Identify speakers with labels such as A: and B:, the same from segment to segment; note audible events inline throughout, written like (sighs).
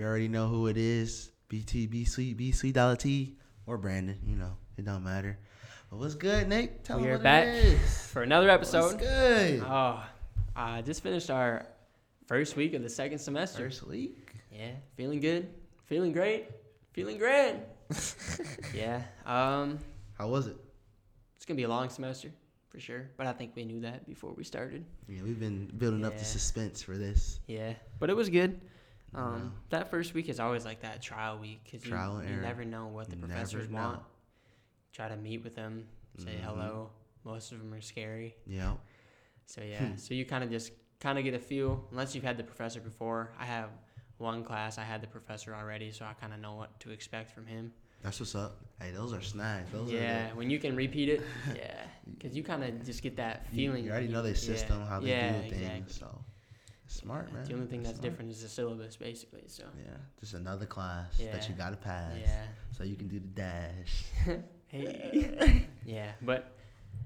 A: already know who it is. BT, B Sweet, B Sweet Dollar T, or Brandon. You know, it don't matter. But what's good, Nate? Tell
B: We
A: me
B: are
A: what
B: back
A: it is.
B: for another
A: What's
B: episode.
A: good?
B: Oh, uh, just finished our first week of the second semester.
A: First week.
B: Yeah, feeling good, feeling great, feeling grand. yeah, um,
A: How was it?
B: it's gonna be a long semester for sure, but I think we knew that before we started.
A: Yeah, we've been building up the
B: Yeah.
A: suspense for this.
B: Yeah, but it was good. Um,
A: Wow.
B: That first week is always like that trial week because you,
A: Trial and
B: you
A: error.
B: never know what the
A: You never
B: professors
A: know.
B: want. Try to meet with them, say
A: Mhm.
B: hello. Most of them are scary.
A: Yeah.
B: So
A: Hmm.
B: yeah, so you kind of just kind of get a feel unless you've had the professor before. I have one class I had the professor already, so I kind of know what to expect from him.
A: That's what's up. Hey, those are snags. Those
B: yeah,
A: are
B: when you can
A: (laughs)
B: repeat it, yeah, because you kind of just get that
A: the, you,
B: feeling.
A: you already know their system, how they
B: yeah,
A: do things.
B: exactly.
A: So smart,
B: Yeah,
A: man.
B: The only thing that's
A: smart.
B: different is the syllabus, basically. So
A: Yeah, just another class that
B: Yeah.
A: you gotta pass,
B: yeah,
A: so you can do the dash. (laughs)
B: hey, yeah, but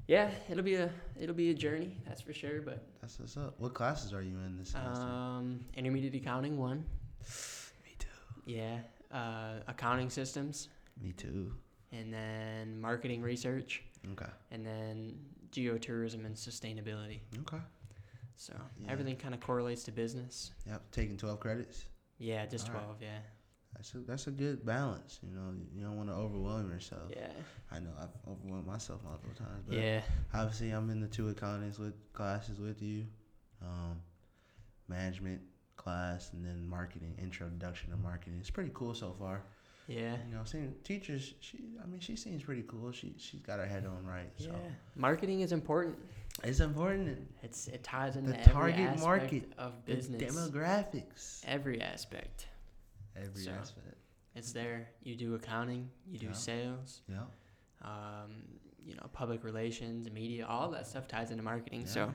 B: yeah, it'll be a it'll be a journey, that's for sure. But
A: That's what's up. What classes are you in this semester?
B: um, intermediate accounting one,
A: me too.
B: yeah, uh, accounting systems,
A: Me too.
B: and then marketing research.
A: Okay.
B: and then geotourism and sustainability.
A: Okay.
B: So
A: Yeah.
B: everything kind of correlates to business.
A: Yep. Taking twelve credits.
B: Yeah, just
A: Alright.
B: 12, yeah.
A: That's a that's a good balance. You know, you don't want to overwhelm yourself.
B: Yeah.
A: I know I've overwhelmed myself multiple times, but
B: Yeah.
A: obviously I'm in the two accountants with classes with you, um, management class, and then marketing introduction to marketing. It's pretty cool so far.
B: Yeah.
A: You know, seeing teachers, she I mean she seems pretty cool. She she's got her head on right. So
B: Yeah. Marketing is important.
A: it's important.
B: It's it ties into
A: The
B: every
A: target
B: aspect
A: market,
B: of
A: The
B: business.
A: demographics.
B: every aspect.
A: Every
B: So-
A: aspect.
B: It's there. You do accounting, you do
A: Yeah.
B: sales,
A: Yeah.
B: um, you know, public relations, media, all that stuff ties into marketing.
A: Yeah.
B: So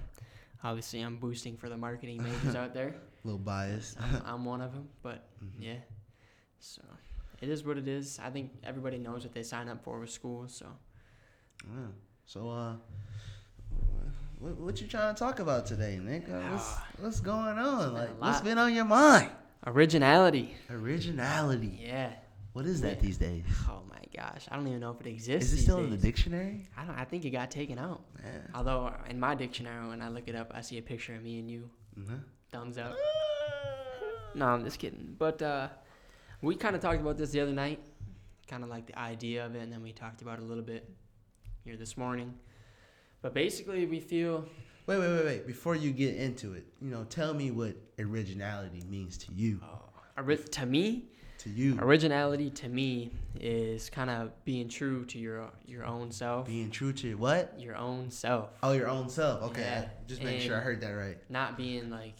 B: obviously I'm boosting for the marketing
A: (laughs)
B: majors out there.
A: A little biased.
B: I'm, I'm one of them, but
A: Mhm.
B: Yeah. So it is what it is. I think everybody knows what they sign up for with school. So
A: Yeah.
B: Mm.
A: So, uh, what, what you trying to talk about today, Nick? Uh, What's,
B: Ah,
A: what's going on?
B: been a
A: Like, what's
B: lot.
A: been on your mind?
B: originality.
A: Originality.
B: Yeah.
A: What is that
B: Yeah.
A: these days?
B: Oh my gosh. I don't even know if it exists.
A: Is it
B: these
A: still in the
B: days.
A: dictionary?
B: I don't. I think it got taken out.
A: Yeah.
B: Although in my dictionary, when I look it up, I see a picture of me and you.
A: Mhm.
B: Thumbs up. No, I'm just kidding. But uh, we kind of talked about this the other night, kind of like the idea of it, and then we talked about it a little bit here this morning. But basically, we feel
A: Wait, wait, wait, wait. Before you get into it, you know, tell me what originality means to you.
B: oh, ori- to me,
A: To you,
B: Originality to me is kind of being true to your your own self,
A: being true to your what?
B: your own self,
A: Oh, your own self. Okay,
B: Yeah.
A: I- just make sure I
B: And
A: heard that right.
B: not being like,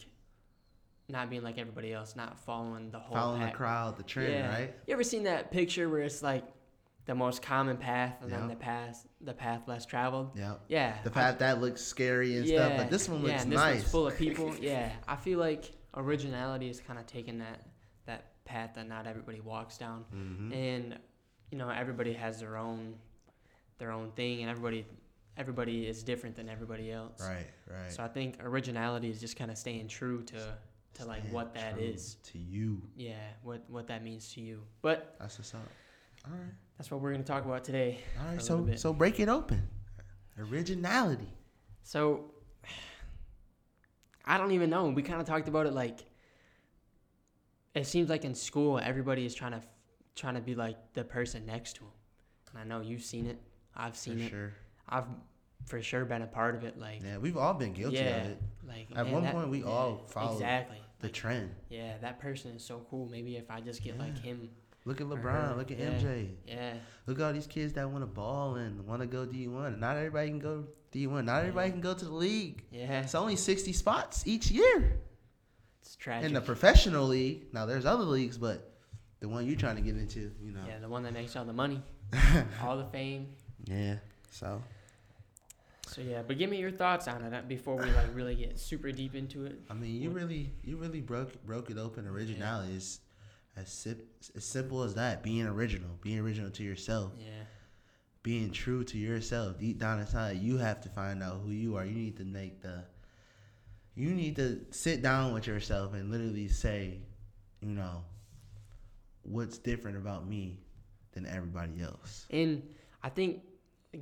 B: not being like everybody else, not following the whole
A: Following the
B: pack.
A: crowd, the trend,
B: Yeah.
A: right?
B: You ever seen that picture where it's like the most common path and
A: Yeah.
B: then the path the path less traveled?
A: Yeah.
B: Yeah.
A: The
B: I-
A: path that looks scary and stuff, but this one looks
B: yeah, and
A: nice.
B: This
A: (laughs)
B: one's full of people. yeah, I feel like originality is kind of taking that that path that not everybody walks down.
A: Mhm.
B: and you know everybody has their own their own thing and everybody everybody is different than everybody else
A: Right, right.
B: so i think originality is just kind of staying true to to like
A: Stand
B: what that
A: true
B: is
A: to you.
B: yeah what what that means to you but
A: That's what's up. All right,
B: that's what we're going to talk about today
A: all
B: a
A: right.
B: little
A: So
B: bit.
A: so break it open. Originality.
B: so i don't even know we kind of talked about it like it seems like in school everybody is trying to trying to be like the person next to them and i know you've seen it i've seen
A: for
B: it
A: sure.
B: I've for sure been a part of it. Like,
A: Yeah, we've all been guilty
B: yeah,
A: of it.
B: like
A: At
B: man,
A: one
B: that-
A: point, we
B: yeah,
A: all followed
B: exactly.
A: The
B: Like,
A: trend.
B: yeah, that person is so cool. Maybe if I just get like
A: Yeah.
B: him,
A: Look at
B: For
A: LeBron.
B: her,
A: Look at
B: yeah.
A: MJ.
B: yeah,
A: Look at all these kids that want to ball and want to go D one. Not everybody can go D one. Not everybody can go to the league.
B: yeah,
A: It's only sixty spots each year
B: it's tragic.
A: in the professional league. Now there's other leagues, but the one you're trying to get into, you know.
B: yeah, the one that makes all
A: (laughs)
B: the money, all the fame.
A: yeah. So
B: So yeah, but give me your thoughts on it uh, before we like really get super deep into it.
A: I mean, you
B: What-
A: really, you really broke broke it open. Originality is as sim- as simple as that. Being original, being original to yourself,
B: Yeah,
A: being true to yourself. Deep down inside, you have to find out who you are. You need to make the. You need to sit down with yourself and literally say, you know, what's different about me than everybody else.
B: And I think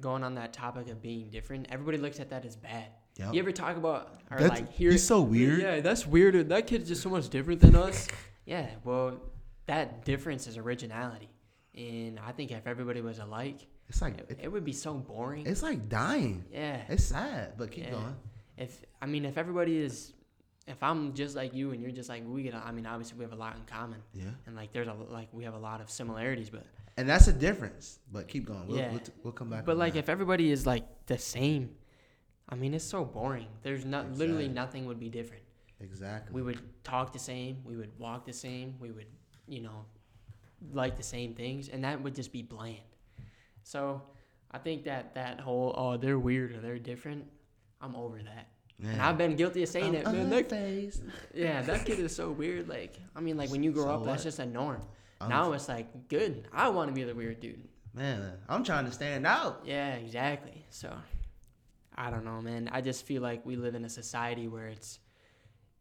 B: going on that topic of being different, everybody looks at that as bad.
A: Yep.
B: You ever talk about or
A: That's-
B: like hear
A: he's so weird.
B: Yeah, that's weirder. That kid's just so much different than us. (laughs) yeah, well, that difference is originality, and I think if everybody was alike,
A: It's like
B: it,
A: it-
B: it would be so boring.
A: it's like dying.
B: yeah.
A: It's sad, but keep
B: Yeah.
A: going.
B: If I mean, if everybody is, if I'm just like you and you're just like we get, I mean, obviously we have a lot in common,
A: Yeah,
B: and like there's a like we have a lot of similarities, but
A: and that's a difference. But keep going. We'll,
B: Yeah.
A: we'll, t- we'll come back.
B: But
A: on
B: like,
A: that.
B: if everybody is like the same, I mean, it's so boring. There's not literally
A: Exactly.
B: nothing would be different.
A: exactly,
B: We would talk the same. We would walk the same. We would, you know, like the same things, and that would just be bland. So, I think that that whole oh they're weird or they're different, I'm over that. And I've been guilty
A: (laughs)
B: of saying it, man. That,
A: phase.
B: yeah, that kid is so weird. Like, I mean, like when you grow
A: So
B: up, that's
A: what?
B: just a norm.
A: I'm-
B: now it's like good. I want to be the weird dude.
A: man, I'm trying to stand out.
B: Yeah, exactly. So I don't know, man. I just feel like we live in a society where it's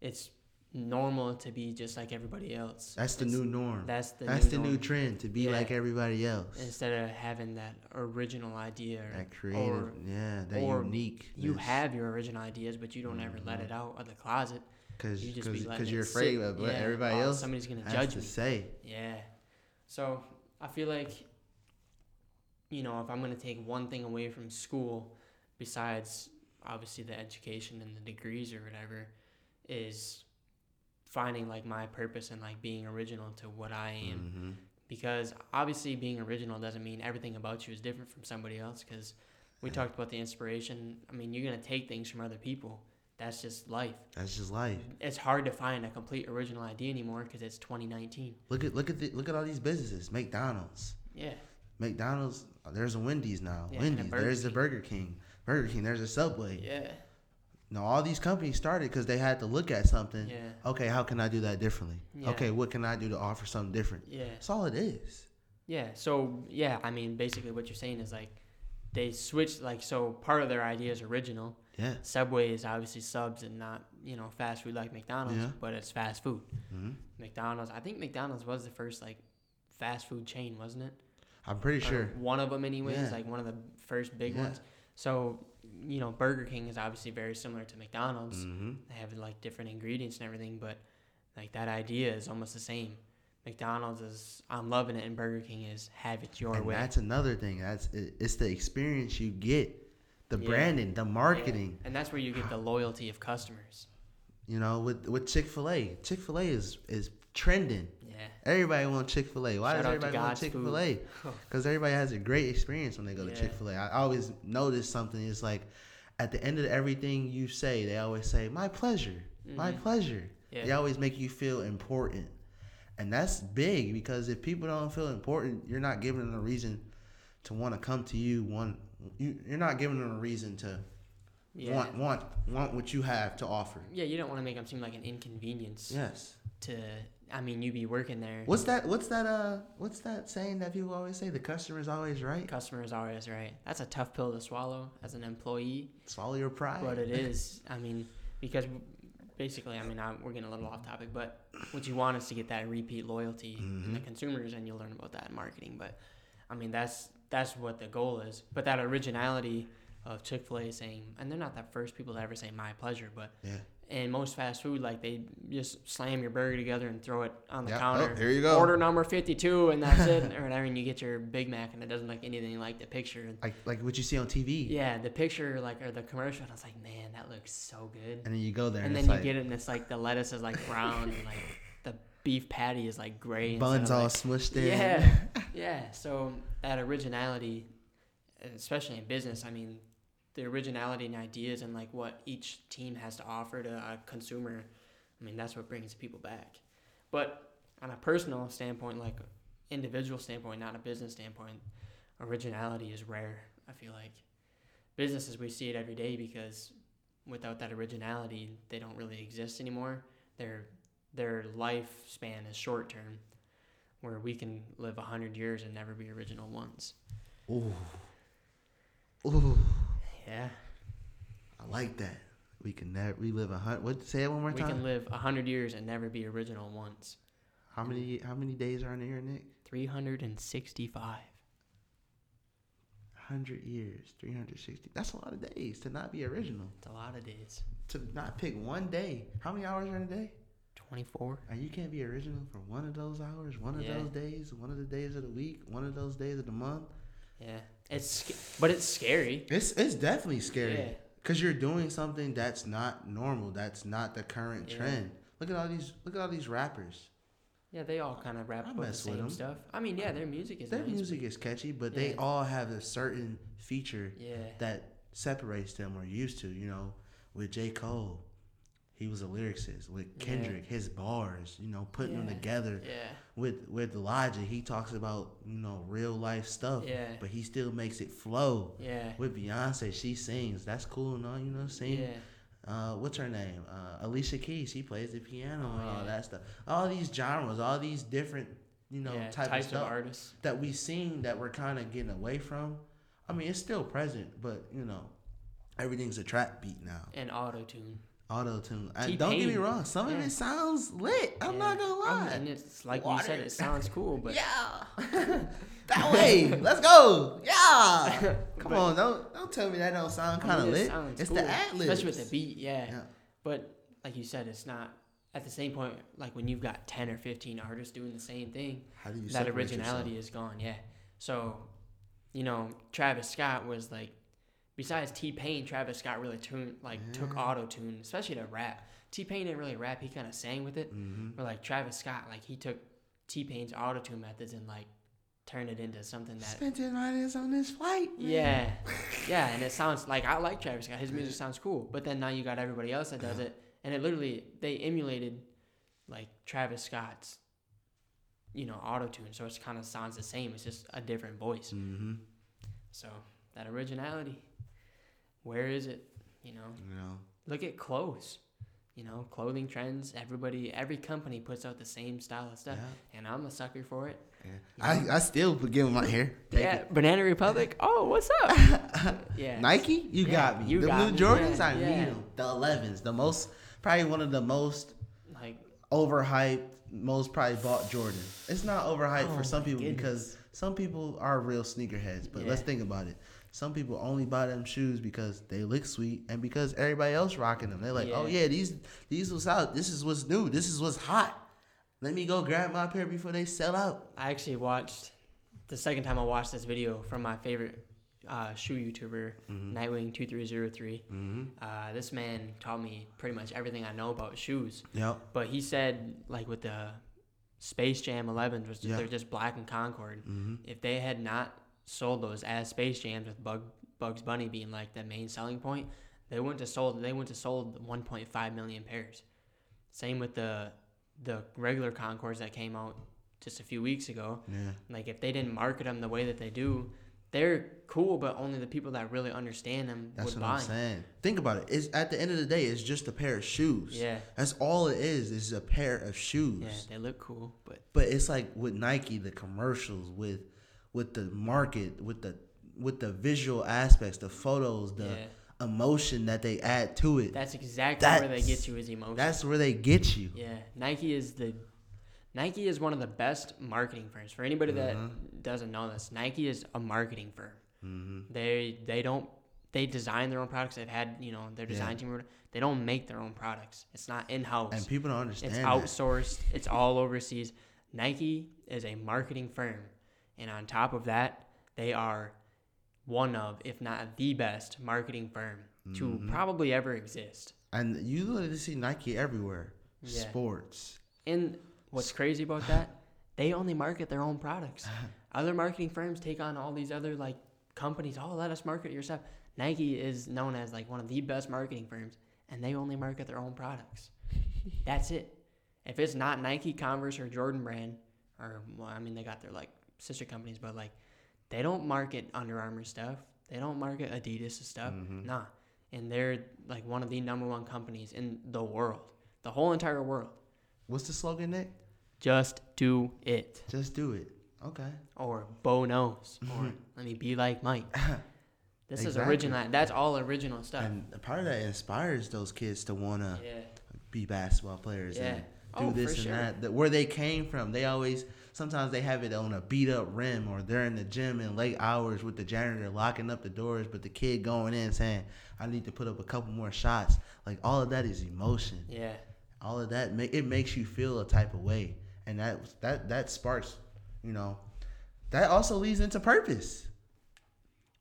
B: it's normal to be just like everybody else.
A: That's the
B: It's-
A: new norm.
B: That's the
A: that's
B: new
A: the new
B: norm.
A: trend to be
B: Yeah.
A: like everybody else.
B: instead of having that original idea or,
A: that creative,
B: or
A: yeah, that
B: or
A: unique.
B: you have your original ideas but you don't ever let
A: Mhm.
B: it out of the closet.
A: because
B: You just be letting
A: because
B: it
A: you're
B: sit.
A: afraid of what
B: Yeah,
A: everybody
B: oh,
A: else
B: somebody's gonna
A: has
B: judge
A: to
B: me.
A: say.
B: Yeah. So I feel like, you know, if I'm going to take one thing away from school, besides obviously the education and the degrees or whatever, is finding like my purpose and like being original to what I am.
A: Mhm.
B: Because obviously being original doesn't mean everything about you is different from somebody else. Because we
A: Yeah.
B: talked about the inspiration. I mean, you're going to take things from other people. That's just life.
A: That's just life.
B: It's hard to find a complete original idea anymore because it's 2019.
A: Look at look at the, look at all these businesses. McDonald's,
B: Yeah.
A: McDonald's. There's a Wendy's now.
B: Yeah, and a
A: Wendy's.
B: Burger
A: there's a
B: King.
A: Burger King. Burger King. There's a Subway.
B: Yeah.
A: Now all these companies started because they had to look at something.
B: Yeah.
A: Okay, how can I do that differently?
B: Yeah.
A: Okay, what can I do to offer something different?
B: Yeah.
A: That's all it is.
B: Yeah. So yeah, I mean, basically, what you're saying is like they switched like so part of their idea is original.
A: Yeah.
B: Subway is obviously subs and not you know fast food like McDonald's,
A: Yeah.
B: but it's fast food.
A: hmm
B: McDonald's. I think McDonald's was the first like fast food chain, wasn't it?
A: I'm pretty
B: Or
A: sure.
B: One of them, anyways.
A: Yeah.
B: Like one of the first big
A: Yeah.
B: ones. So you know, Burger King is obviously very similar to McDonald's.
A: hmm
B: They have like different ingredients and everything, but like that idea is almost the same. McDonald's is I'm loving it, and Burger King is have it your
A: And
B: way.
A: that's another thing. That's it, it's the experience you get, the
B: Yeah.
A: branding, the marketing.
B: And that's where you get the loyalty of customers.
A: You know, with with Chick Fil A. Chick Fil A is is trending.
B: Yeah.
A: Everybody wants Chick Fil A. Why
B: Shout
A: does
B: out to
A: everybody want
B: God's
A: Chick Fil A?
B: food. (laughs)
A: Because everybody has a great experience when they go to
B: Yeah.
A: Chick Fil A. I always notice something. It's like at the end of everything you say, they always say, "My pleasure, my
B: Mhm.
A: pleasure."
B: Yeah.
A: They always make you feel important, and that's big because if people don't feel important, you're not giving them a reason to want to come to you. One, you, you're not giving them a reason to
B: Yeah.
A: want want want what you have to offer.
B: yeah, you don't want to make them seem like an inconvenience
A: Yes.
B: to I mean, you be working there.
A: What's that? What's that? Uh, what's that saying that people always say? The customer's always right.
B: Customer is always right. That's a tough pill to swallow as an employee,
A: Swallow your pride.
B: but it is. I mean, because basically, I mean, I, we're getting a little off topic, but what you want is to get that repeat loyalty in the
A: Mhm.
B: consumers, and you'll learn about that in marketing. But I mean, that's that's what the goal is. But that originality of Chick Fil A saying, and they're not the first people to ever say "my pleasure," but
A: Yeah.
B: and most fast food, like they just slam your burger together and throw it on the
A: Yeah.
B: counter.
A: Oh, here you go.
B: Order number fifty-two, and that's it, (laughs) or whatever. And you get your Big Mac, and it doesn't look anything like the picture.
A: like like what you see on TV.
B: Yeah, the picture, like or the commercial, and I was like, man, that looks so good.
A: And then you go there, and,
B: And then
A: it's
B: you
A: like
B: get it, and it's like the lettuce is like brown, and like the beef patty is like gray. instead
A: buns
B: of,
A: all
B: like-
A: smushed in.
B: Yeah, yeah. So that originality, especially in business, I mean, the originality and ideas and like what each team has to offer to a consumer, I mean, that's what brings people back. But on a personal standpoint, like individual standpoint, not a business standpoint, originality is rare. I feel like businesses we see it every day because without that originality, they don't really exist anymore. Their their lifespan is short term, where we can live hundred years and never be original once.
A: Ooh, ooh,
B: Yeah,
A: I like that. We can never we live a hundred. What say it one more
B: we
A: time?
B: can live hundred years and never be original once.
A: How many how many days are in a year, Nick?
B: 365.
A: Hundred years, three hundred sixty. That's a lot of days to not be original.
B: It's a lot of days.
A: To not pick one day. How many hours are in a day?
B: 24.
A: And you can't be original for one of those hours, one of
B: Yeah.
A: those days, one of the days of the week, one of those days of the month.
B: Yeah. It's sc- but it's scary.
A: It's it's definitely scary.
B: Yeah.
A: Cause you're doing something that's not normal. That's not the current
B: Yeah.
A: trend. Look at all these. Look at all these rappers.
B: Yeah, they all kind of wrap
A: I
B: up with the
A: mess with
B: same
A: 'em.
B: stuff. I mean, yeah, their music is
A: Their
B: nice,
A: music is catchy, but they
B: Yeah.
A: all have a certain feature
B: but- Yeah.
A: that separates them. We're used to, you know, with J. Cole, he was a lyricist. With
B: Yeah.
A: Kendrick, his bars, you know, putting them
B: Yeah.
A: together.
B: Yeah.
A: With with Logic, he talks about you know real life stuff,
B: Yeah.
A: but he still makes it flow.
B: Yeah.
A: With Beyonce, she sings. That's cool and all, you know, sing.
B: Yeah.
A: uh, what's her name? Uh, Alicia Keys. She plays the piano
B: Oh,
A: and all
B: yeah.
A: that stuff. All these genres, all these different, you know,
B: yeah.
A: type of
B: types of,
A: stuff
B: artists.
A: that we seen that we're kind of getting away from. I mean, it's still present, but you know, everything's a trap beat now.
B: And auto tune.
A: Auto tune. Don't get me
B: T-Pain.
A: wrong. Some of
B: Yeah.
A: it sounds lit. I'm not gonna lie.
B: and it's like you said,
A: Water.
B: it
A: (laughs)
B: sounds cool, but
A: yeah.
B: (laughs)
A: that way. Let's go. Yeah. Come
B: But-
A: on. Don't don't tell me that don't sound
B: I mean,
A: kind of
B: it
A: lit.
B: sounds
A: It's
B: cool,
A: the ad lib.
B: Especially with the beat, yeah.
A: Yeah.
B: But like you said, it's not at the same point like when you've got ten or fifteen artists doing the same thing,
A: How do you
B: that
A: separate yourself?
B: originality is gone, yeah. So, you know, Travis Scott was like besides T Pain, Travis Scott really tuned like took
A: Yeah.
B: auto tune, especially to rap. T Pain didn't really rap, he kinda sang with it.
A: Mhm.
B: But like Travis Scott, like he took T Pain's auto tune methods and like turned it into something that
A: Spent ten hours on this flight.
B: Yeah, yeah, and it sounds like I like Travis Scott. His music sounds cool, but then now you got everybody else that does it, and it literally they emulated like Travis Scott's, you know, auto tune. So it kind of sounds the same. It's just a different voice.
A: Mm-hmm.
B: So that originality, where is it? You know,
A: You know,
B: look at clothes. You know, clothing trends. Everybody, every company puts out the same style of stuff, and I'm a sucker for it.
A: yeah.
B: Yeah.
A: I, I still would give him my hair. Take
B: yeah,
A: it.
B: Banana Republic. Oh, what's up? Yeah,
A: Nike, you
B: Yeah,
A: got me.
B: you
A: the
B: got
A: new
B: me.
A: Jordans,
B: Yeah,
A: I
B: yeah.
A: need them. The 11s, the most, probably one of the most
B: like
A: overhyped, most probably bought Jordan. It's not overhyped
B: Oh
A: for some
B: my
A: people
B: goodness.
A: because some people are real sneakerheads. But
B: Yeah.
A: let's think about it. Some people only buy them shoes because they look sweet and because everybody else rocking them. They're like, oh
B: Yeah.
A: yeah, these these was out. This is what's new. This is what's hot. Let me go grab my pair before they sell out.
B: I actually watched the second time I watched this video from my favorite uh, shoe YouTuber, Nightwing two three zero three. Uh, This man taught me pretty much everything I know about shoes,
A: Yep.
B: but he said like with the Space Jam 11s, which
A: Yeah. Mm-hmm.
B: they're just black and Concord. If they had not sold those as Space Jams with Bug, Bugs Bunny being like the main selling point, they wouldn't have sold. They wouldn't have sold 1.5 million pairs. Same with the the regular Concords that came out just a few weeks ago.
A: Yeah.
B: Like if they didn't market them the way that they do, they're cool, but only the people that really understand them
A: That's
B: would
A: what
B: buy.
A: I'm
B: 'em.
A: saying. Think about it. It's at the end of the day, it's just a pair of shoes.
B: Yeah.
A: That's all it is. Is a pair of shoes.
B: Yeah, they look cool, but
A: But it's like with Nike, the commercials, with with the market, with the with the visual aspects, the photos, the
B: Yeah.
A: emotion that they add to it.
B: that's exactly where they
A: That's-
B: get you is emotion.
A: That's where they get you.
B: Yeah, Nike is the Nike is one of the best marketing firms. For anybody
A: Mm-hmm.
B: that doesn't know this, Nike is a marketing firm. They they don't they design their own products. They've had you know their design team. or whatever. They don't make their own products. It's not in house.
A: And people don't understand.
B: It's
A: that.
B: outsourced. It's all overseas. Nike is a marketing firm, and on top of that, they are one of, if not the best, marketing firm to
A: Mm-hmm.
B: probably ever exist.
A: And you literally see Nike everywhere.
B: Yeah.
A: Sports.
B: And what's crazy about that? (sighs) They only market their own (laughs) products. Other marketing firms take on all these other like companies. Oh, let us market your stuff. Nike is known as like one of the best marketing firms, and they only market their own (laughs) products. That's it. If it's not Nike, Converse, or Jordan Brand, or well, I mean, they got their like sister companies, but like they don't market Under Armour stuff. They don't market Adidas stuff. Nah, and they're like one of the number one companies in the world, the whole entire world.
A: What's the slogan, Nick?
B: Just do it.
A: Just do it. Okay.
B: Or Bo knows. Or let me be like Mike. This is original. That's all original stuff.
A: And a part of that inspires those kids to wanna
B: yeah.
A: be basketball players.
B: Yeah.
A: And do
B: Oh,
A: this
B: for
A: and
B: sure.
A: that, that. Where they came from, they always sometimes they have it on a beat up rim, or they're in the gym in late hours with the janitor locking up the doors, but the kid going in saying, "I need to put up a couple more shots." Like all of that is emotion.
B: Yeah.
A: All of that ma- it makes you feel a type of way, and that that that sparks, you know, that also leads into purpose.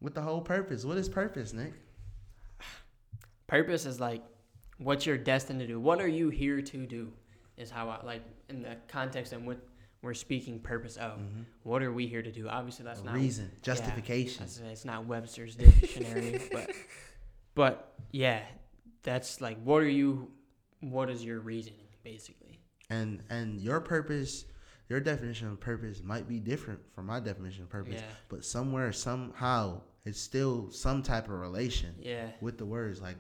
A: With the whole purpose, what is purpose, Nick?
B: Purpose is like what you're destined to do. What are you here to do? Is how I like in the context and what we're speaking purpose of. What are we here to do? Obviously, that's
A: A
B: not
A: reason,
B: yeah,
A: justification.
B: that's- it's not Webster's dictionary, but but yeah, that's like what are you? What is your reasoning basically?
A: and and your purpose your definition of purpose might be different from my definition of purpose
B: Yeah.
A: but somewhere somehow it's still some type of relation
B: Yeah.
A: with the words like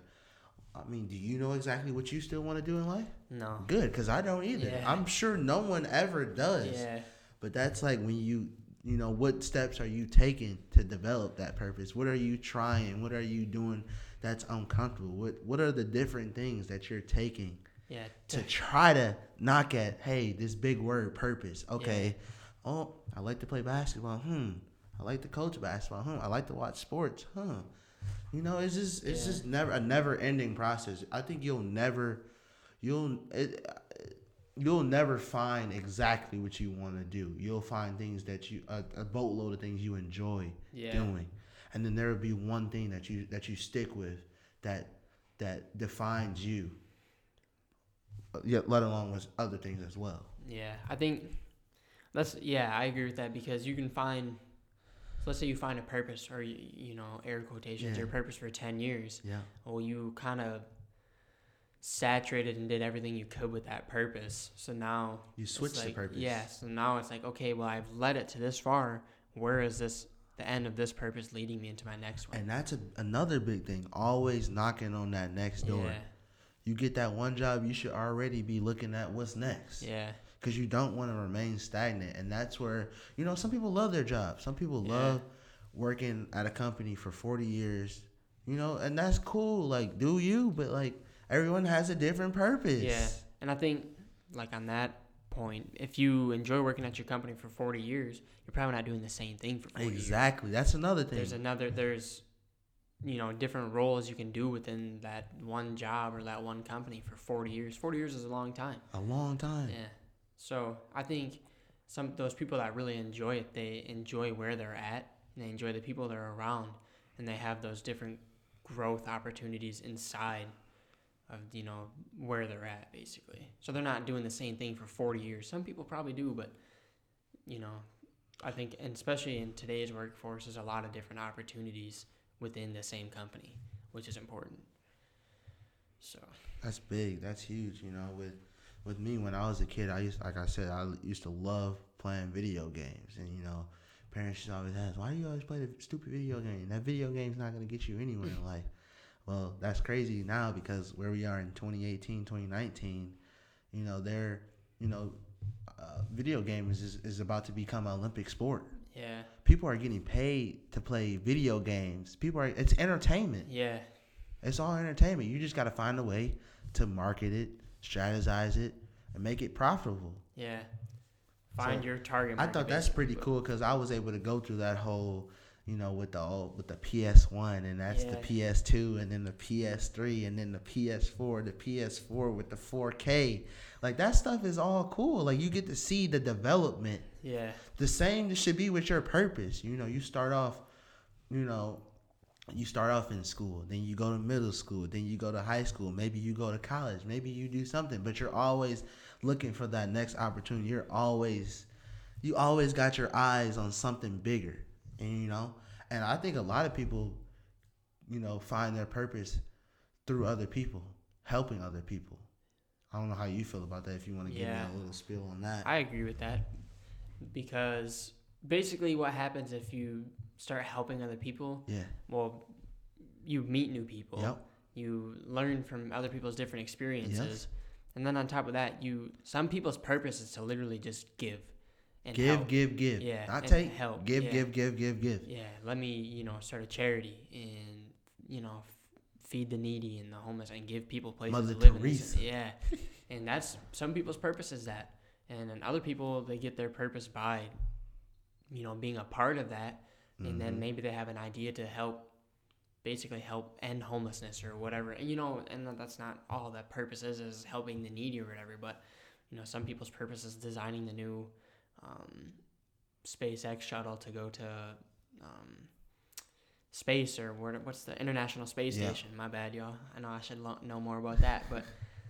A: i mean do you know exactly what you still want to do in life
B: No.
A: good because i don't either
B: Yeah.
A: i'm sure no one ever does
B: Yeah.
A: but that's like when you you know what steps are you taking to develop that purpose what are you trying what are you doing that's uncomfortable what what are the different things that you're taking
B: Yeah.
A: to try to knock at hey this big word purpose okay oh i like to play basketball hmm i like to coach basketball hmm i like to watch sports huh you know it's just it's
B: Yeah.
A: just never a never ending process i think you'll never you'll it, you'll never find exactly what you want to do you'll find things that you a, a boatload of things you enjoy
B: Yeah.
A: doing and then there will be one thing that you that you stick with that that defines you Uh, yeah, let alone with other things as well.
B: Yeah, I think that's yeah, I agree with that because you can find so let's say you find a purpose or you, you know, air quotations,
A: Yeah.
B: your purpose for 10 years.
A: Yeah.
B: Well, you kind of saturated and did everything you could with that purpose. So now
A: You
B: it's
A: switch the
B: like-
A: purpose.
B: Yeah, so now it's like, okay, well, I've led it to this far. Where is this the end of this purpose leading me into my next one?
A: And that's a, another big thing. Always knocking on that next door. You get that one job, you should already be looking at what's next.
B: Yeah. Yeah.
A: Because you don't want to remain stagnant. And that's where, you know, some people love their job. Some people
B: Yeah.
A: love working at a company for 40 years, you know, and that's cool. Like, do you, but like, everyone has a different purpose.
B: Yeah, and I think like on that point, if you enjoy working at your company for forty years, you're probably not doing the same thing for forty years.
A: Exactly. That's another thing.
B: There's another. There's you know different roles you can do within that one job or that one company for forty years. Forty years is a long time.
A: a long time.
B: Yeah. So I think some those people that really enjoy it, they enjoy where they're at, and they enjoy the people they're around, and they have those different growth opportunities inside of you know where they're at basically. So they're not doing the same thing for 40 years. Some people probably do, but you know, I think and especially in today's workforce, there's a lot of different opportunities within the same company, which is important. So
A: That's big. That's huge. You know, with with me when I was a kid, I used like I said, I used to love playing video games, and you know, parents just always ask, "Why do you always play the stupid video game? That video game's not gonna get you anywhere in life." Well, that's crazy now because where we are in 2018, 2019, you know, they're you know, uh, video games is, is about to become an Olympic sport.
B: yeah,
A: People are getting paid to play video games. People are it's entertainment.
B: yeah,
A: It's all entertainment. You just got to find a way to market it, strategize it, and make it profitable.
B: yeah. Find
A: So,
B: your target.
A: I
B: market,
A: thought that's
B: basically,
A: pretty
B: but-
A: cool because I was able to go through that whole, you know, with the old, with the PS One and that's the
B: Yeah.
A: PS Two and then the PS Three and then the PS Four, the PS Four with the 4K. Like that stuff is all cool. Like you get to see the development
B: Yeah,
A: the same should be with your purpose. You know, you start off, you know, you start off in school, then you go to middle school, then you go to high school, maybe you go to college, maybe you do something, but you're always looking for that next opportunity. You're always you always got your eyes on something bigger. And you know, and I think a lot of people, you know, find their purpose through other people, helping other people. I don't know how you feel about that if you want to give
B: Yeah.
A: me a little spill on that.
B: I agree with that because basically what happens if you start helping other people,
A: yeah.
B: well, you meet new people.
A: Yep.
B: You learn from other people's different experiences. And then on top of that, you some people's purpose is to literally just give and
A: give,
B: help.
A: give, give.
B: Yeah,
A: Not
B: and
A: take.
B: help,
A: Give,
B: yeah.
A: give, give, give, give.
B: Yeah, let me, you know, start a charity and, you know, f- feed the needy and the homeless and give people places
A: Mother
B: to live. in.
A: Teresa.
B: Yeah, and that's some people's purpose is that, and then other people they get their purpose by, you know, being a part of that, and
A: Mm-hmm.
B: then maybe they have an idea to help, basically help end homelessness or whatever. And you know, and that- that's not all that purpose is is helping the needy or whatever, but you know, some people's purpose is designing the new. Um, SpaceX shuttle to go to um, space or what, what's the International Space
A: Yeah.
B: Station? My bad, y'all. I know I should lo- know more about that, but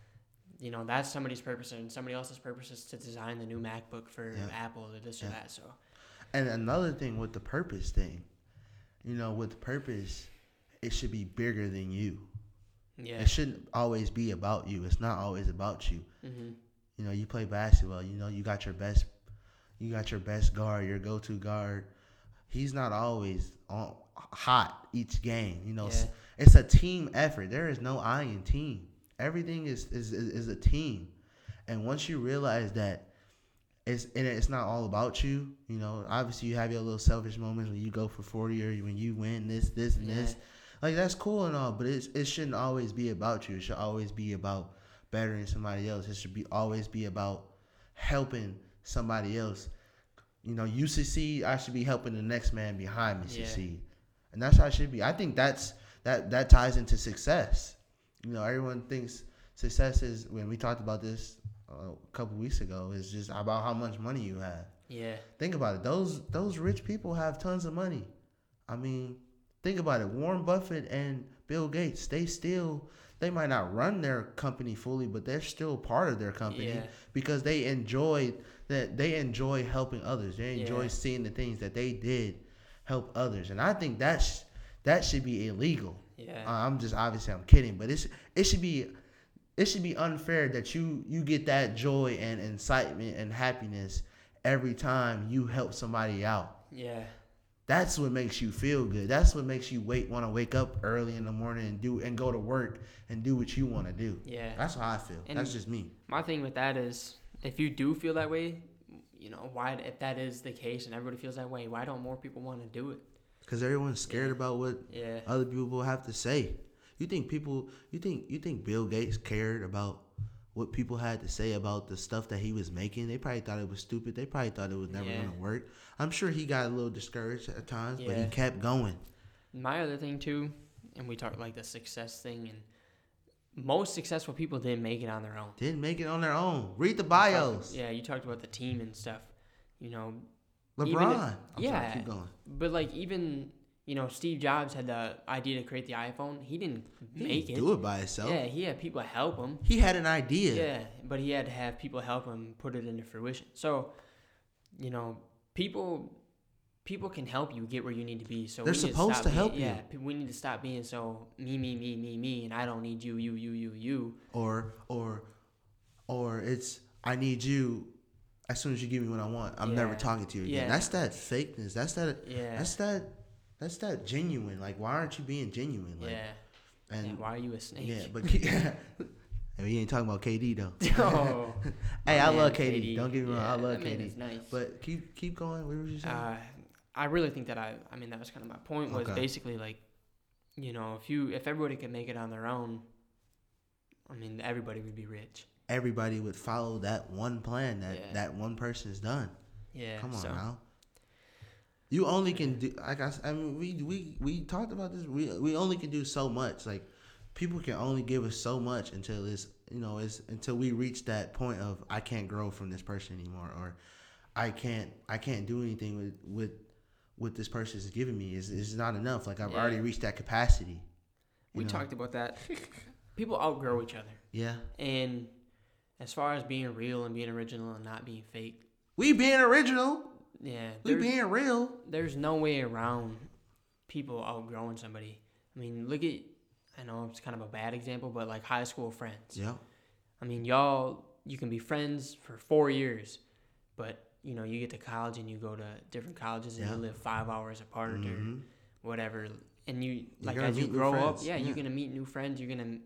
B: (laughs) you know that's somebody's purpose, and somebody else's purpose is to design the new MacBook for
A: Yeah.
B: Apple or this or
A: Yeah.
B: that. So
A: And another thing with the purpose thing, you know, with purpose, it should be bigger than you.
B: yeah,
A: It shouldn't always be about you. It's not always about you.
B: hmm
A: You know, you play basketball. You know, you got your best, you got your best guard, your go-to guard. He's not always on hot each game. You know, s
B: Yeah.
A: it's a team effort. There is no I in team. Everything is is, is is a team, and once you realize that, it's and it's not all about you. You know, obviously you have your little selfish moments when you go for forty or when you win this, this, and this.
B: Yeah.
A: Like that's cool and all, but it's, it shouldn't always be about you. It should always be about bettering somebody else. It should be always be about helping somebody else. You know, you succeed, I should be helping the next man behind me
B: Yeah.
A: succeed, and that's how it should be. I think that's that that ties into success. You know, everyone thinks success is when we talked about this uh, a couple weeks ago is just about how much money you have.
B: yeah,
A: Think about it. Those those rich people have tons of money. I mean, think about it. Warren Buffett and Bill Gates, they still they might not run their company fully, but they're still part of their company
B: Yeah.
A: because they enjoy that they enjoy helping others. They enjoy
B: Yeah.
A: seeing the things that they did help others. And I think that's that should be illegal.
B: yeah,
A: Uh, I'm just obviously I'm kidding, but it's it should be it should be unfair that you you get that joy and incitement and happiness every time you help somebody out.
B: yeah,
A: That's what makes you feel good. That's what makes you wait want to wake up early in the morning and do and go to work and do what you want to do.
B: yeah.
A: That's how I feel.
B: And-
A: That's just me.
B: My thing with that is, if you do feel that way, you know why? If that is the case and everybody feels that way, why don't more people want to do it?
A: Cuz everyone's scared about what
B: Yeah,
A: other people have to say. You think people you think you think Bill Gates cared about what people had to say about the stuff that he was making? They probably thought it was stupid. They probably thought it was never
B: Yeah.
A: gonna work. I'm sure he got a little discouraged at times, but he
B: Yeah.
A: kept going.
B: my other thing too, and we talked like the success thing, and most successful people didn't make it on their own.
A: Didn't make it on their own. Read the
B: You talked-
A: bios.
B: yeah, you talked about the team and stuff. You know,
A: LeBron.
B: Even if-
A: I'm sorry,
B: yeah.
A: keep going.
B: but like even you know Steve Jobs had the idea to create the iPhone. He didn't
A: He
B: make
A: didn't
B: it.
A: do it by himself.
B: Yeah, he had people help him.
A: He had an idea.
B: Yeah. but he had to have people help him put it into fruition. So, you know, people people can help you get where you need to be. So we
A: They're
B: need
A: supposed
B: stop
A: to
B: being-
A: help you.
B: Yeah, pe- we need to stop being so me me me me me, and I don't need you you you you you.
A: Or or or it's I need you as soon as you give me what I want. I'm never
B: Yeah.
A: talking to you again.
B: Yeah.
A: That's that fakeness. That's that
B: Yeah,
A: That's that. That's that genuine. Like, why aren't you being genuine? Like,
B: yeah.
A: And
B: Yeah,
A: yeah,
B: why are you a snake?
A: but (laughs) K- and we ain't talking about KD though.
B: (laughs) Oh,
A: (laughs) hey, I
B: man,
A: love KD. Don't get me wrong,
B: Yeah,
A: I love
B: that man is
A: KD.
B: nice.
A: But keep keep going. What were you saying?
B: uh, I really think that I, I mean, that was kind of my point was
A: Okay.
B: basically like, you know, if you, if everybody could make it on their own, I mean, everybody would be rich.
A: Everybody would follow that one plan that
B: Yeah.
A: that one person's done.
B: Yeah.
A: Come on
B: so,
A: now. You only can do like I, s- I mean we we we talked about this. We we only can do so much. Like people can only give us so much until it's you know it's until we reach that point of I can't grow from this person anymore or I can't I can't do anything with with what this person is giving me is is not enough. Like I've
B: Yeah.
A: already reached that capacity.
B: We
A: know?
B: talked
A: (laughs)
B: about that. People outgrow each other.
A: Yeah,
B: And as far as being real and being original and not being fake,
A: we being original.
B: yeah,
A: We
B: there-
A: being real.
B: there's no way around people outgrowing somebody. I mean, look at, I know it's kind of a bad example, but like high school friends.
A: Yeah,
B: I mean, y'all, you can be friends for four years, but you know, you get to college and you go to different colleges and
A: Yeah.
B: you live five hours apart or
A: Mhm.
B: whatever. And you, like,
A: gotta
B: as you
A: meet new
B: grow up,
A: friends,
B: yeah,
A: yeah.
B: you're going to meet new friends. You're going to,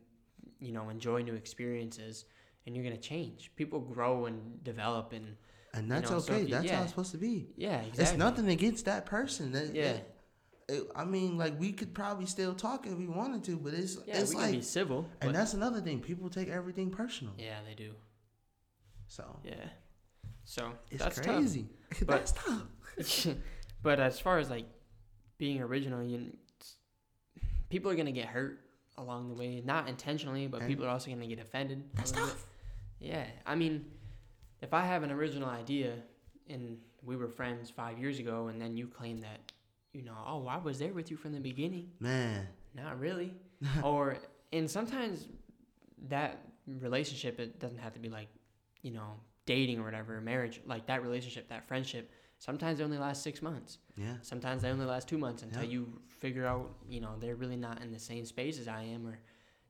B: you know, enjoy new experiences and you're going to change. People grow and develop and,
A: and that's
B: know, so
A: okay.
B: if you-
A: that's how
B: yeah.
A: it's supposed to be.
B: yeah, exactly.
A: It's nothing against that person. That,
B: Yeah.
A: that- it- I mean, like we could probably still talk if we wanted to, but it's
B: Yeah,
A: it's
B: we can
A: like,
B: be civil.
A: and
B: but-
A: that's another thing. People take everything personal.
B: yeah, they do.
A: So
B: Yeah. So
A: it's
B: that's tough.
A: crazy. (laughs) that's tough.
B: (laughs) but as far as like being original, you people are gonna get hurt along the way, not intentionally, but
A: And-
B: people are also gonna get offended. a
A: That's
B: little bit.
A: tough.
B: Yeah, I mean, if I have an original idea and we were friends five years ago, and then you claim that, you know, oh, I was there with you from the beginning.
A: Man, (laughs)
B: Not really. or and sometimes that relationship it doesn't have to be like, you know, dating or whatever, marriage. Like that relationship, that friendship. Sometimes it only lasts six months.
A: yeah.
B: Sometimes they only last two months until
A: Yeah.
B: you figure out, you know, they're really not in the same space as I am, or,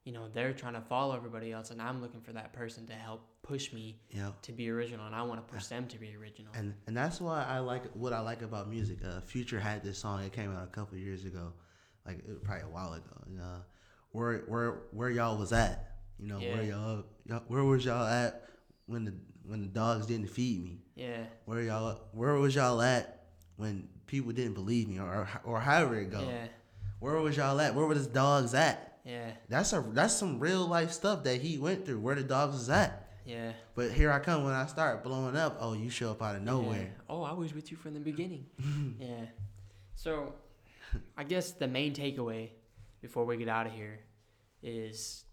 B: you know, they're trying to follow everybody else, and I'm looking for that person to help push me
A: Yeah.
B: to be original, and I want to push them to be original.
A: And and that's why I like what I like about music. Uh, Future had this song. It came out a couple years ago, like it was probably a while ago. And, uh, where where where y'all was at? You know where
B: Yeah.
A: y'all, y'all where was y'all at when the when the dogs didn't feed me?
B: Yeah,
A: Where y'all where was y'all at when people didn't believe me or or however it go?
B: yeah,
A: Where was y'all at? Where were the dogs at?
B: yeah,
A: That's a that's some real life stuff that he went through. Where the dogs was at.
B: yeah.
A: But here I come when I start blowing up. Oh, you show up out of
B: Yeah.
A: nowhere.
B: Oh, I was with you from the
A: (laughs)
B: beginning. yeah. So, I guess the main takeaway before we get out of here is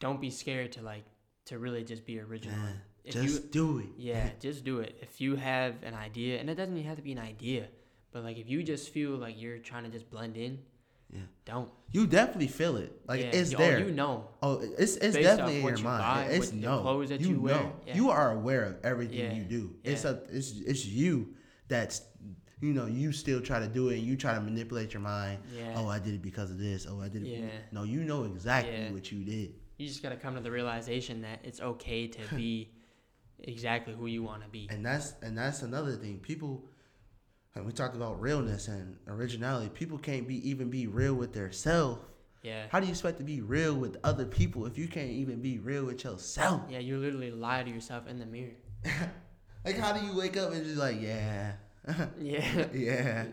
B: don't be scared to like to really just be original.
A: Man,
B: If you-
A: Just do it. (laughs)
B: Yeah, just do it. If you have an idea, and it doesn't even have to be an idea, but like if you just feel like you're trying to just blend in,
A: Yeah.
B: don't.
A: You definitely feel it. Like
B: yeah,
A: it's
B: you- oh,
A: there.
B: you know.
A: oh, it's it's
B: Based off
A: definitely in
B: what
A: your
B: you
A: mind.
B: buy,
A: it's
B: what- the
A: no.
B: clothes that
A: you,
B: you wear.
A: know.
B: Yeah.
A: You are aware of everything
B: Yeah.
A: you do. It's
B: Yeah.
A: a it's it's you that's you know you still try to do it and you try to manipulate your mind.
B: Yeah.
A: Oh, I did it because of this. Oh, I did it.
B: Yeah.
A: No, you know exactly
B: Yeah.
A: what you did.
B: You just gotta come to the realization that it's okay
A: (laughs)
B: to be exactly who you want to be.
A: and that's and that's another thing people and we talked about realness and originality people can't be even be real with themselves
B: Yeah.
A: how do you expect to be real with other people if you can't even be real with yourself
B: Yeah, you literally lie to yourself in
A: (laughs)
B: the mirror.
A: like how do you wake up and just like yeah
B: Yeah.
A: yeah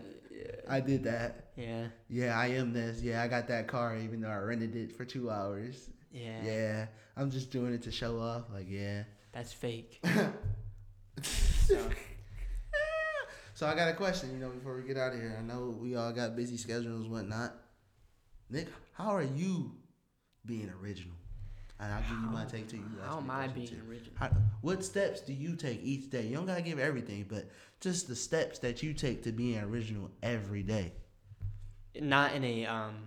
A: i did that
B: Yeah.
A: yeah i am this yeah i got that car even though i rented it for two hours
B: Yeah.
A: yeah, i'm just doing it to show off like yeah
B: That's fake.
A: so i got a question you know before we get out of here i know we all got busy schedules and whatnot nick how are you being original and i'll give you my take to you ask
B: How
A: me
B: am
A: a
B: I
A: question,
B: being
A: too.
B: original?
A: How, what steps do you take each day? You don't gotta give everything, but just the steps that you take to being original every day.
B: not in
A: (laughs)
B: a um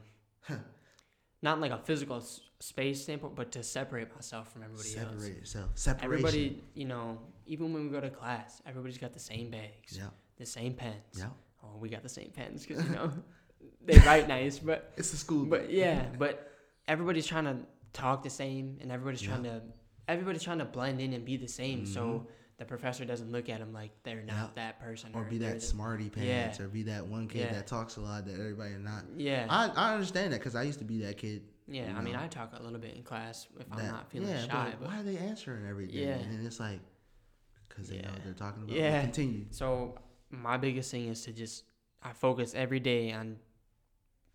B: not in like a physical s- space standpoint but to separate myself from everybody else
A: Separate yourself. Separation.
B: everybody you know even when we go to class everybody's got the same bags
A: Yeah,
B: the same pens
A: yeah.
B: oh we got the same
A: (laughs)
B: pens because you know they write nice but
A: It's a school.
B: but yeah but everybody's trying to talk the same and everybody's trying to everybody's trying to blend in and be the same so the professor doesn't look at them like they're not that person
A: (laughs) Mm-hmm. or be
B: they're
A: that
B: the-
A: smarty pants, or be that one kid
B: Yeah.
A: that talks a lot that everybody not.
B: yeah
A: I, I understand that because I used to be that kid.
B: yeah
A: you
B: i mean
A: know,
B: i talk a little bit in class if i'm
A: that-
B: not feeling
A: yeah,
B: shy
A: but
B: but
A: why are they answering everything?
B: Yeah.
A: And then it's like, because they know
B: Yeah.
A: what they're talking about.
B: Yeah.
A: Yeah. Continue.
B: So my biggest thing is to just I focus every day on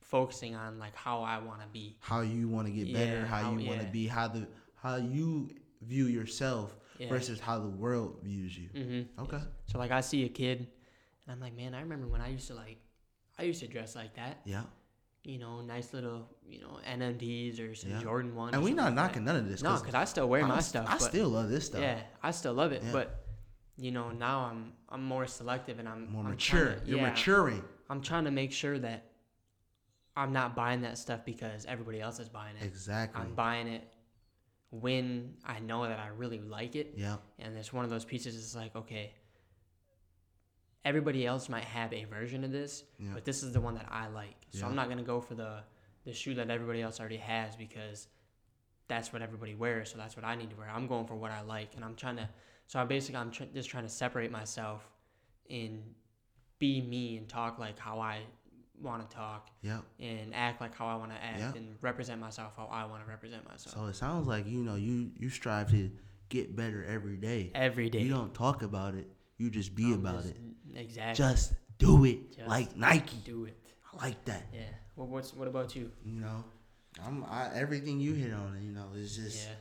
B: focusing on like how I want to be.
A: How you want to get better,
B: Yeah,
A: how,
B: how-
A: you want to
B: yeah.
A: be, how the how you view yourself
B: Yeah.
A: versus how the world views you.
B: hmm
A: Okay.
B: So like I see a kid, and I'm like, man, I remember when I used to like, I used to dress like that.
A: Yeah.
B: You know, nice little you know NMDs or some
A: Yeah.
B: Jordan ones.
A: And
B: or
A: we
B: something
A: not
B: like that.
A: knocking none of this.
B: No, 'cause I still wear my
A: I'm-
B: stuff.
A: I
B: but
A: still love this stuff.
B: Yeah, I still love it,
A: Yeah.
B: but. You know, now I'm I'm more selective and I'm
A: More
B: I'm
A: mature.
B: tryna-
A: You're
B: yeah,
A: maturing.
B: I'm trying to make sure that I'm not buying that stuff because everybody else is buying it.
A: Exactly.
B: I'm buying it when I know that I really like it.
A: yeah.
B: And it's one of those pieces is like, okay, everybody else might have a version of this,
A: Yeah.
B: but this is the one that I like. So
A: Yeah.
B: I'm not gonna go for the the shoe that everybody else already has because that's what everybody wears. So that's what I need to wear. I'm going for what I like, and I'm trying to. So I basically I'm tr- just trying to separate myself and be me and talk like how I want to talk
A: Yeah.
B: and act like how I want to act
A: Yeah.
B: and represent myself how I want to represent myself.
A: So it sounds like you know you you strive to get better every day.
B: every day.
A: You don't talk about it. You just be
B: I'm
A: about
B: just-
A: it.
B: Exactly.
A: Just do it
B: Just
A: like Nike.
B: do it.
A: I I like that.
B: Yeah. Well, what's what about you?
A: You know, I'm I, everything you hit on. You know, it's just
B: Yeah.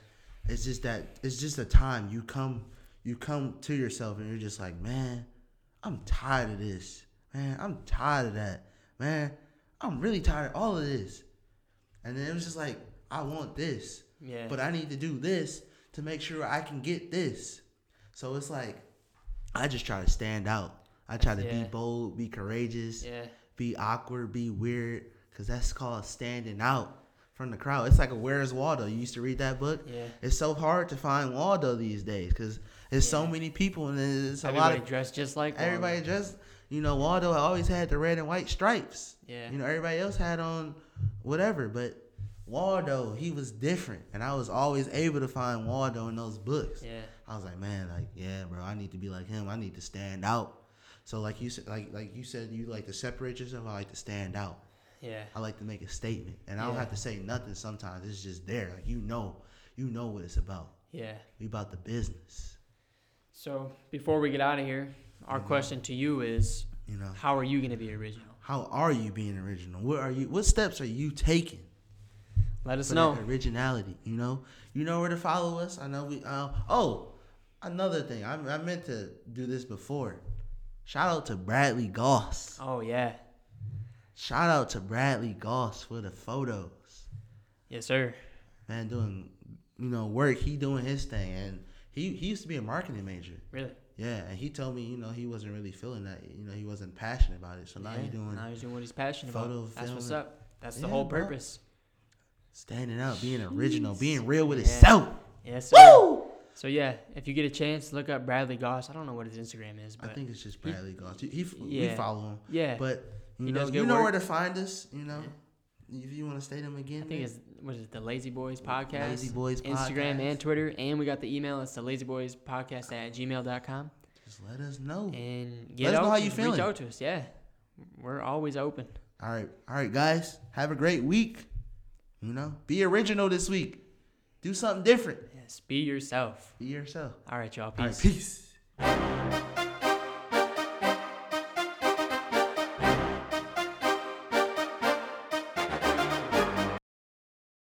A: it's just that it's just a time you come you come to yourself and you're just like man i'm tired of this man i'm tired of that man i'm really tired of all of this and then it was just like i want this
B: Yeah.
A: but i need to do this to make sure i can get this so it's like i just try to stand out i try to
B: Yeah.
A: be bold be courageous
B: yeah.
A: be awkward, be weird, because that's called standing out from the crowd. It's like a Where's Waldo? You used to read that book.
B: Yeah.
A: It's so hard to find Waldo these days because there's so
B: Yeah.
A: many people and it's a
B: everybody
A: lot of
B: dressed just like Waldo.
A: everybody just you know Waldo always had the red and white stripes.
B: Yeah.
A: You know everybody else had on whatever, but Waldo he was different, and I was always able to find Waldo in those books.
B: Yeah.
A: I was like, man, like, yeah, bro, I need to be like him. I need to stand out. So like you said, like like you said, you like to separate yourself. I like to stand out.
B: Yeah.
A: I like to make a statement, and I don't
B: Yeah.
A: have to say nothing. Sometimes it's just there. Like you know, you know what it's about.
B: Yeah.
A: We about the business.
B: So before we get out of here, our
A: Mm-hmm.
B: question to you is,
A: You know,
B: how are you going to be original?
A: how are you being original? What are you? What steps are you taking?
B: Let us
A: for
B: know.
A: that originality. You know, you know where to follow us. I know we. Uh, oh, another thing. I, I meant to do this before. Shout out to Bradley Goss.
B: Oh yeah.
A: Shout out to Bradley Goss for the photos.
B: Yes, sir.
A: Man, doing you know work. He doing his thing, and he he used to be a marketing major.
B: Really.
A: Yeah, and he told me you know he wasn't really feeling that. You know he wasn't passionate about it. So now
B: yeah.
A: he's doing
B: Now he's doing what he's passionate
A: photo,
B: about. That's
A: film,
B: what's
A: and-
B: up. That's the
A: Yeah,
B: whole
A: bro.
B: purpose.
A: standing out, being original, being real with
B: Yeah.
A: itself.
B: Yes, sir.
A: Woo!
B: So yeah, if you get a chance, look up Bradley Goss. I don't know what his Instagram is,
A: I
B: but
A: think it's just Bradley Goss. He, he-
B: Yeah.
A: we follow him,
B: yeah,
A: but you
B: He
A: know
B: does good
A: you know
B: work.
A: where to find us. You know. If you want to state them again,
B: I think it's what is it, the Lazy Boys Podcast?
A: Lazy Boys
B: Instagram
A: Podcast.
B: and Twitter, and we got the email. It's the Lazy Boys Podcast at gmail.com.
A: just let us know.
B: And
A: Let
B: get
A: us
B: out
A: know how
B: to
A: you
B: us,
A: feeling.
B: Reach out to us. Yeah, we're always open.
A: All right, all right, guys. Have a great week. You know, be original this week. Do something different.
B: Yes, be yourself.
A: Be yourself.
B: All right, y'all.
A: All
B: Peace.
A: right, peace.